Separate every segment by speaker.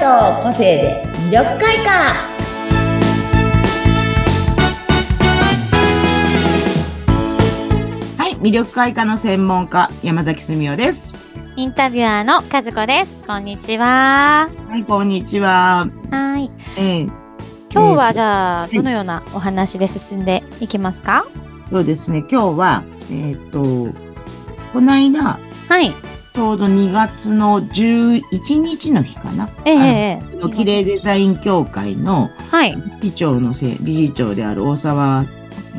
Speaker 1: の個性で魅力開花はい魅力開花の専門家山崎澄夫です
Speaker 2: インタビュアーの和子です。こんにちは。
Speaker 1: はいこんにちは、
Speaker 2: はい。
Speaker 1: ええ
Speaker 2: 今日は
Speaker 1: え
Speaker 2: じゃあ、
Speaker 1: い
Speaker 2: どのようなお話で進んでいきますか
Speaker 1: ーそうですね今日はえっ、とこの間
Speaker 2: はい。
Speaker 1: ちょうど2月の11日の日かな、
Speaker 2: えええ
Speaker 1: あの綺麗デザイン協会の
Speaker 2: えはい。
Speaker 1: 理事長のせい理事長である大沢、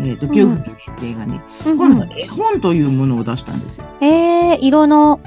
Speaker 1: えっと清文先生がね、
Speaker 2: うん
Speaker 1: 今
Speaker 2: う
Speaker 1: 度
Speaker 2: ん
Speaker 1: 絵本というものを出したんですよ。
Speaker 2: ええ色の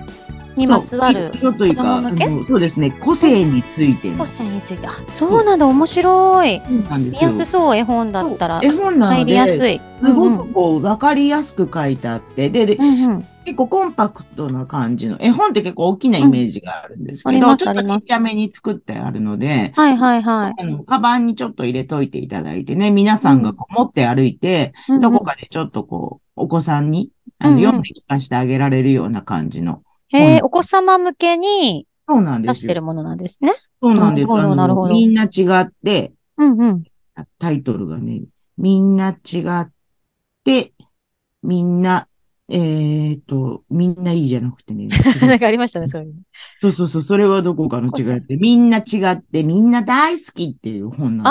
Speaker 2: にまつわる
Speaker 1: そう色というか
Speaker 2: 子供向け
Speaker 1: あのそうですね個性についての
Speaker 2: 個性について。あ、そうなんだ。面白い。
Speaker 1: そうなんで
Speaker 2: 見
Speaker 1: すよ
Speaker 2: やすそう、絵本だったら
Speaker 1: そう。絵本なの
Speaker 2: 入りやす
Speaker 1: で
Speaker 2: い。
Speaker 1: すごくこう分かりやすく書いてあってでで
Speaker 2: うんうん。
Speaker 1: 結構コンパクトな感じの絵本って結構大きなイメージがあるんです
Speaker 2: あ
Speaker 1: け
Speaker 2: り
Speaker 1: ど、
Speaker 2: ます
Speaker 1: ちょっ
Speaker 2: あ
Speaker 1: と
Speaker 2: り
Speaker 1: ちっ
Speaker 2: ます
Speaker 1: ちゃめに作ってあるので。
Speaker 2: はいはいはい。
Speaker 1: あの、カバンにちょっと入れといていただいてね、皆さんがこう持って歩いて、
Speaker 2: うんうん
Speaker 1: どこかでちょっとこう、お子さんに、あ
Speaker 2: うん
Speaker 1: の、
Speaker 2: うん
Speaker 1: 読んで聞かせてあげられるような感じの。
Speaker 2: へえ、お子様向けに
Speaker 1: そうなんで
Speaker 2: 出
Speaker 1: す
Speaker 2: してる
Speaker 1: よ。
Speaker 2: ものなんですね。
Speaker 1: そうなんです。
Speaker 2: なるほど
Speaker 1: あの
Speaker 2: なるほど
Speaker 1: みんな違って、
Speaker 2: うんうん。
Speaker 1: タイトルがね、みんな違って、みんな、えーと、みんないいじゃなくて ね。
Speaker 2: なんかありましたね、そういうの。
Speaker 1: そうそうそう、それはどこかの違いで、みんな違って、みんな大好きっていう本なんで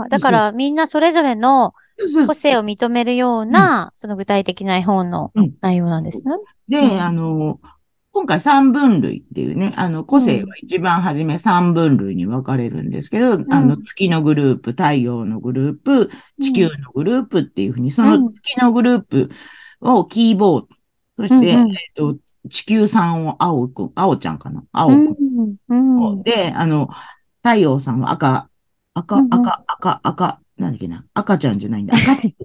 Speaker 2: ああ、だからみんなそれぞれの
Speaker 1: す。そうそう
Speaker 2: 個性を認めるような、その具体的な絵本の
Speaker 1: うん
Speaker 2: 内容なんですね。
Speaker 1: で、
Speaker 2: うん
Speaker 1: あの、今回三分類っていうね、あの、個性は一番初め三分類に分かれるんですけど、
Speaker 2: ん
Speaker 1: あの、月のグループ、太陽のグループ、地球のグループっていうふうに、その月のグループをキーボード、そして、
Speaker 2: うんうん
Speaker 1: えっと、地球さんを青くん、青ちゃんかな青
Speaker 2: う
Speaker 1: く
Speaker 2: ん
Speaker 1: ん、
Speaker 2: うんうん
Speaker 1: で、あの、太陽さんは赤、赤、
Speaker 2: うんうん
Speaker 1: 赤、赤、赤、なんだっけな、赤ちゃんじゃないんだ、赤っち、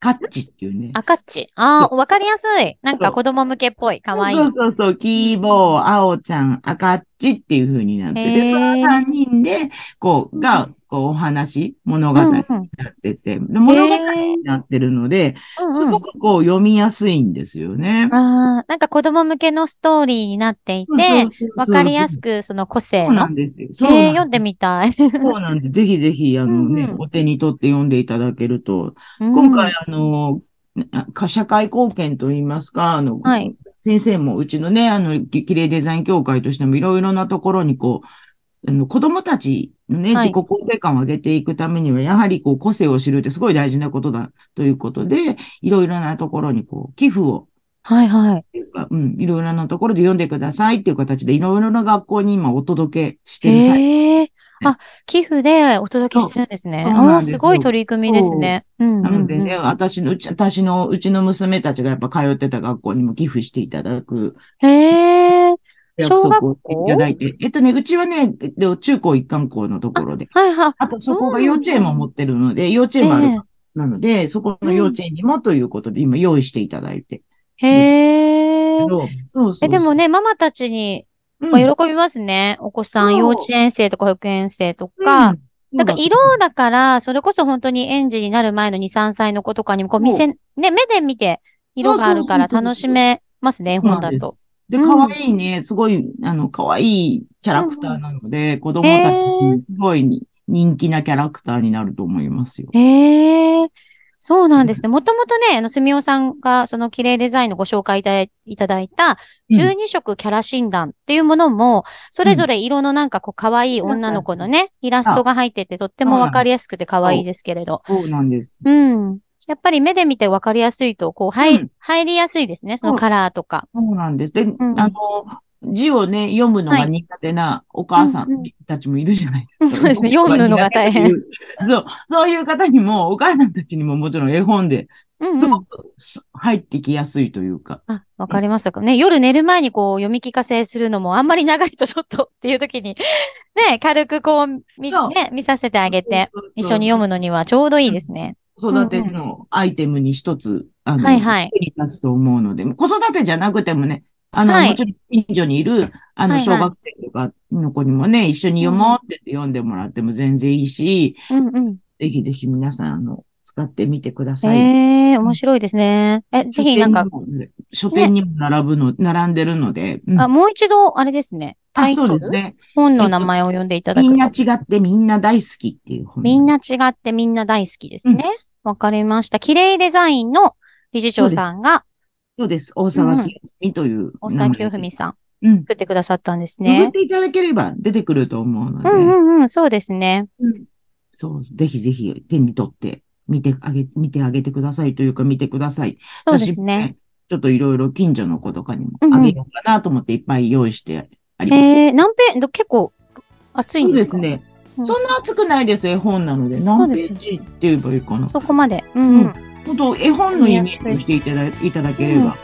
Speaker 1: 赤っちっていうね。
Speaker 2: 赤っち。あ
Speaker 1: そ
Speaker 2: あ、わかりやすい。なん
Speaker 1: そ
Speaker 2: か
Speaker 1: う
Speaker 2: 子供向けっぽい。かわいい。
Speaker 1: そうそうそう、キーボー、あおちゃん、あかっちっていう風になって
Speaker 2: へ
Speaker 1: て、
Speaker 2: ー
Speaker 1: その3人で、こう、が、こう、お話、物語
Speaker 2: うんう
Speaker 1: に
Speaker 2: んうん
Speaker 1: なってて、で物語
Speaker 2: へー
Speaker 1: になってるので、
Speaker 2: うん
Speaker 1: すごくこう、読みやすいんですよね。
Speaker 2: ああ、なんか子供向けのストーリーになっていて、わかりやすくその個性
Speaker 1: そうな
Speaker 2: の
Speaker 1: ん。ですよ。そう
Speaker 2: えー、
Speaker 1: な
Speaker 2: 読んでみたい。
Speaker 1: そうなんです。ぜひぜひ、あのね、
Speaker 2: うんうん
Speaker 1: お手に取って読んでいただけると、
Speaker 2: 今
Speaker 1: 今回、、あの、か社会貢献といいますか、あの、
Speaker 2: はい
Speaker 1: 先生もうちのね、あの、き綺麗デザイン協会としてもいろいろなところにこう、あの、子供たちのね、
Speaker 2: はい
Speaker 1: 自己肯定感を上げていくためには、やはりこう、個性を知るってすごい大事なことだということで、いろいろなところにこう、寄付を、
Speaker 2: はいはい。
Speaker 1: というかうん、いろいろなところで読んでくださいっていう形で、いろいろな学校に今お届けしてる最
Speaker 2: へえ。あ、寄付でお届けしてるんですね。
Speaker 1: そうそうなん
Speaker 2: ああ、
Speaker 1: ですよ
Speaker 2: すごい取り組みですね。うんうん
Speaker 1: な
Speaker 2: うん
Speaker 1: のでね、私の、うち、私の、うちの娘たちがやっぱ通ってた学校にも寄付していただく
Speaker 2: へえ。
Speaker 1: 約束を
Speaker 2: 小学校
Speaker 1: いただいて。えっとね、うちはね、えっと中高一貫校のところで。
Speaker 2: はいはい。
Speaker 1: あと、そこが幼稚園も持ってるので、幼稚園もある。なので、そこの幼稚園にもということで、今用意していただいて。
Speaker 2: ええへえ
Speaker 1: け。どそうそう。
Speaker 2: え、でも、ね、ママたちに、
Speaker 1: うん、
Speaker 2: まあ喜びますね。お子さ
Speaker 1: そ
Speaker 2: ん、
Speaker 1: う
Speaker 2: 幼稚園生とか保育園生とか。
Speaker 1: うん、
Speaker 2: なんか色だから、それこそ本当に園児になる前の2、3歳の子とかにも、こう見せ、ね、目で見て色があるから
Speaker 1: そうそうそうそう
Speaker 2: 楽しめますね、絵
Speaker 1: そうな
Speaker 2: 本
Speaker 1: ん
Speaker 2: だ
Speaker 1: です
Speaker 2: と。
Speaker 1: で、
Speaker 2: うん
Speaker 1: 可愛いね、すごい、あの、可愛いキャラクターなので、子供たちにすごいに人気なキャラクターになると思いますよ。
Speaker 2: へえ、そうなんですね。もともとね、あの、すみおさんが、その、綺麗デザインのご紹介いただいいただいた、
Speaker 1: うん
Speaker 2: 12色キャラ診断っていうものも、それぞれ色のなんか、こう、可愛い
Speaker 1: そうそうそう
Speaker 2: 女の子のね、イラストが入ってて、とってもわかりやすくて可愛いですけれど。
Speaker 1: そうなんです。
Speaker 2: うん。やっぱり目で見てわかりやすいと、こう、入、
Speaker 1: うん
Speaker 2: 入りやすいですね。そ
Speaker 1: そ
Speaker 2: の
Speaker 1: う
Speaker 2: カラーとか。
Speaker 1: そうなんです。で、
Speaker 2: ん
Speaker 1: あの、字をね、読むのが
Speaker 2: はい
Speaker 1: 苦手なお母さん
Speaker 2: うんうん
Speaker 1: たちもいるじゃないですか。
Speaker 2: そうですね読むのが大変
Speaker 1: 苦手っていう。そう、そういう方にも、お母さんたちにももちろん絵本で、
Speaker 2: うん
Speaker 1: す
Speaker 2: うん
Speaker 1: ごくす入ってきやすいというか。
Speaker 2: あ、わかりましたか。ね、夜寝る前にこう、読み聞かせするのも、あんまり長いとちょっとっていう時に、 ね、軽くこう、み、
Speaker 1: そう
Speaker 2: ね、見させてあげて。
Speaker 1: そうそう
Speaker 2: 一緒に読むのにはちょうどいいですね。
Speaker 1: そう。子育てのアイテムに一つ、あの、
Speaker 2: はいはい
Speaker 1: 手に立つと思うので、子育てじゃなくてもね、あの、
Speaker 2: はい
Speaker 1: もちろん近所にいる、あ
Speaker 2: は
Speaker 1: の、
Speaker 2: いはい
Speaker 1: 小学生とかの子にもね、一緒に読もうって言って読んでもらっても全然いいし、
Speaker 2: うんうん。
Speaker 1: ぜひぜひ皆さん、あの、使ってみてください。
Speaker 2: ええー、面白いですね。え、ぜひなんか、
Speaker 1: 書店にも、書店にも並ぶの、並んでるので、うん
Speaker 2: あ、もう一度、あれですね。タイ
Speaker 1: そう
Speaker 2: トル
Speaker 1: ですね。
Speaker 2: 本の名前を読んでいただ
Speaker 1: み
Speaker 2: く
Speaker 1: ん
Speaker 2: と
Speaker 1: な違ってみんな大好きっていう本。
Speaker 2: みんな違ってみんな大好きですね。わ、かりました。綺麗デザインの理事長さんが、
Speaker 1: そうです。大沢清文という
Speaker 2: 大
Speaker 1: 名前
Speaker 2: 沢
Speaker 1: で。
Speaker 2: 清文さん、
Speaker 1: うん。
Speaker 2: 作ってくださったんです
Speaker 1: ググっ
Speaker 2: ね。
Speaker 1: ていただければ出てくると思うので
Speaker 2: う、んうんうん、そうですね。
Speaker 1: そう、ぜひぜひ手に取って見てあげ、見てあげてくださいというか見てください。
Speaker 2: そうです
Speaker 1: 私
Speaker 2: ね。。
Speaker 1: ちょっといろいろ近所の子とかにも
Speaker 2: うんうん
Speaker 1: あげようかなと思っていっぱい用意してあります。
Speaker 2: えー、何ページ、結構熱い
Speaker 1: そ
Speaker 2: ん
Speaker 1: う
Speaker 2: で
Speaker 1: ですす
Speaker 2: か
Speaker 1: ね。
Speaker 2: うん
Speaker 1: そんな厚くないです、絵本なので。
Speaker 2: そう
Speaker 1: 何
Speaker 2: で
Speaker 1: ペ
Speaker 2: す
Speaker 1: ージって言えばいいかな。
Speaker 2: そこまで。うん、うん。
Speaker 1: 本当絵本のイメージをしていただいただけれ
Speaker 2: うん
Speaker 1: ば、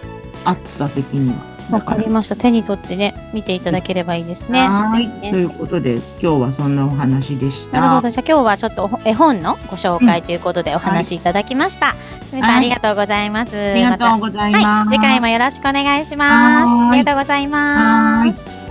Speaker 1: 厚さ的には。
Speaker 2: わかりました。手に取ってね、見ていただければいいですね。
Speaker 1: はい
Speaker 2: ぜひ。ね
Speaker 1: ということで、今日はそんなお話でし
Speaker 2: なるほ
Speaker 1: た
Speaker 2: ど。。じゃあ今日はちょっと絵本のご紹介ということでお話いただきました。皆さん
Speaker 1: はい
Speaker 2: ありがとうございます。
Speaker 1: ありが
Speaker 2: ま
Speaker 1: とうござい
Speaker 2: た
Speaker 1: ま
Speaker 2: はい。
Speaker 1: す。
Speaker 2: 次回もよろしくお願いしま
Speaker 1: は
Speaker 2: す。
Speaker 1: ーい
Speaker 2: ありがとうございます。
Speaker 1: はーい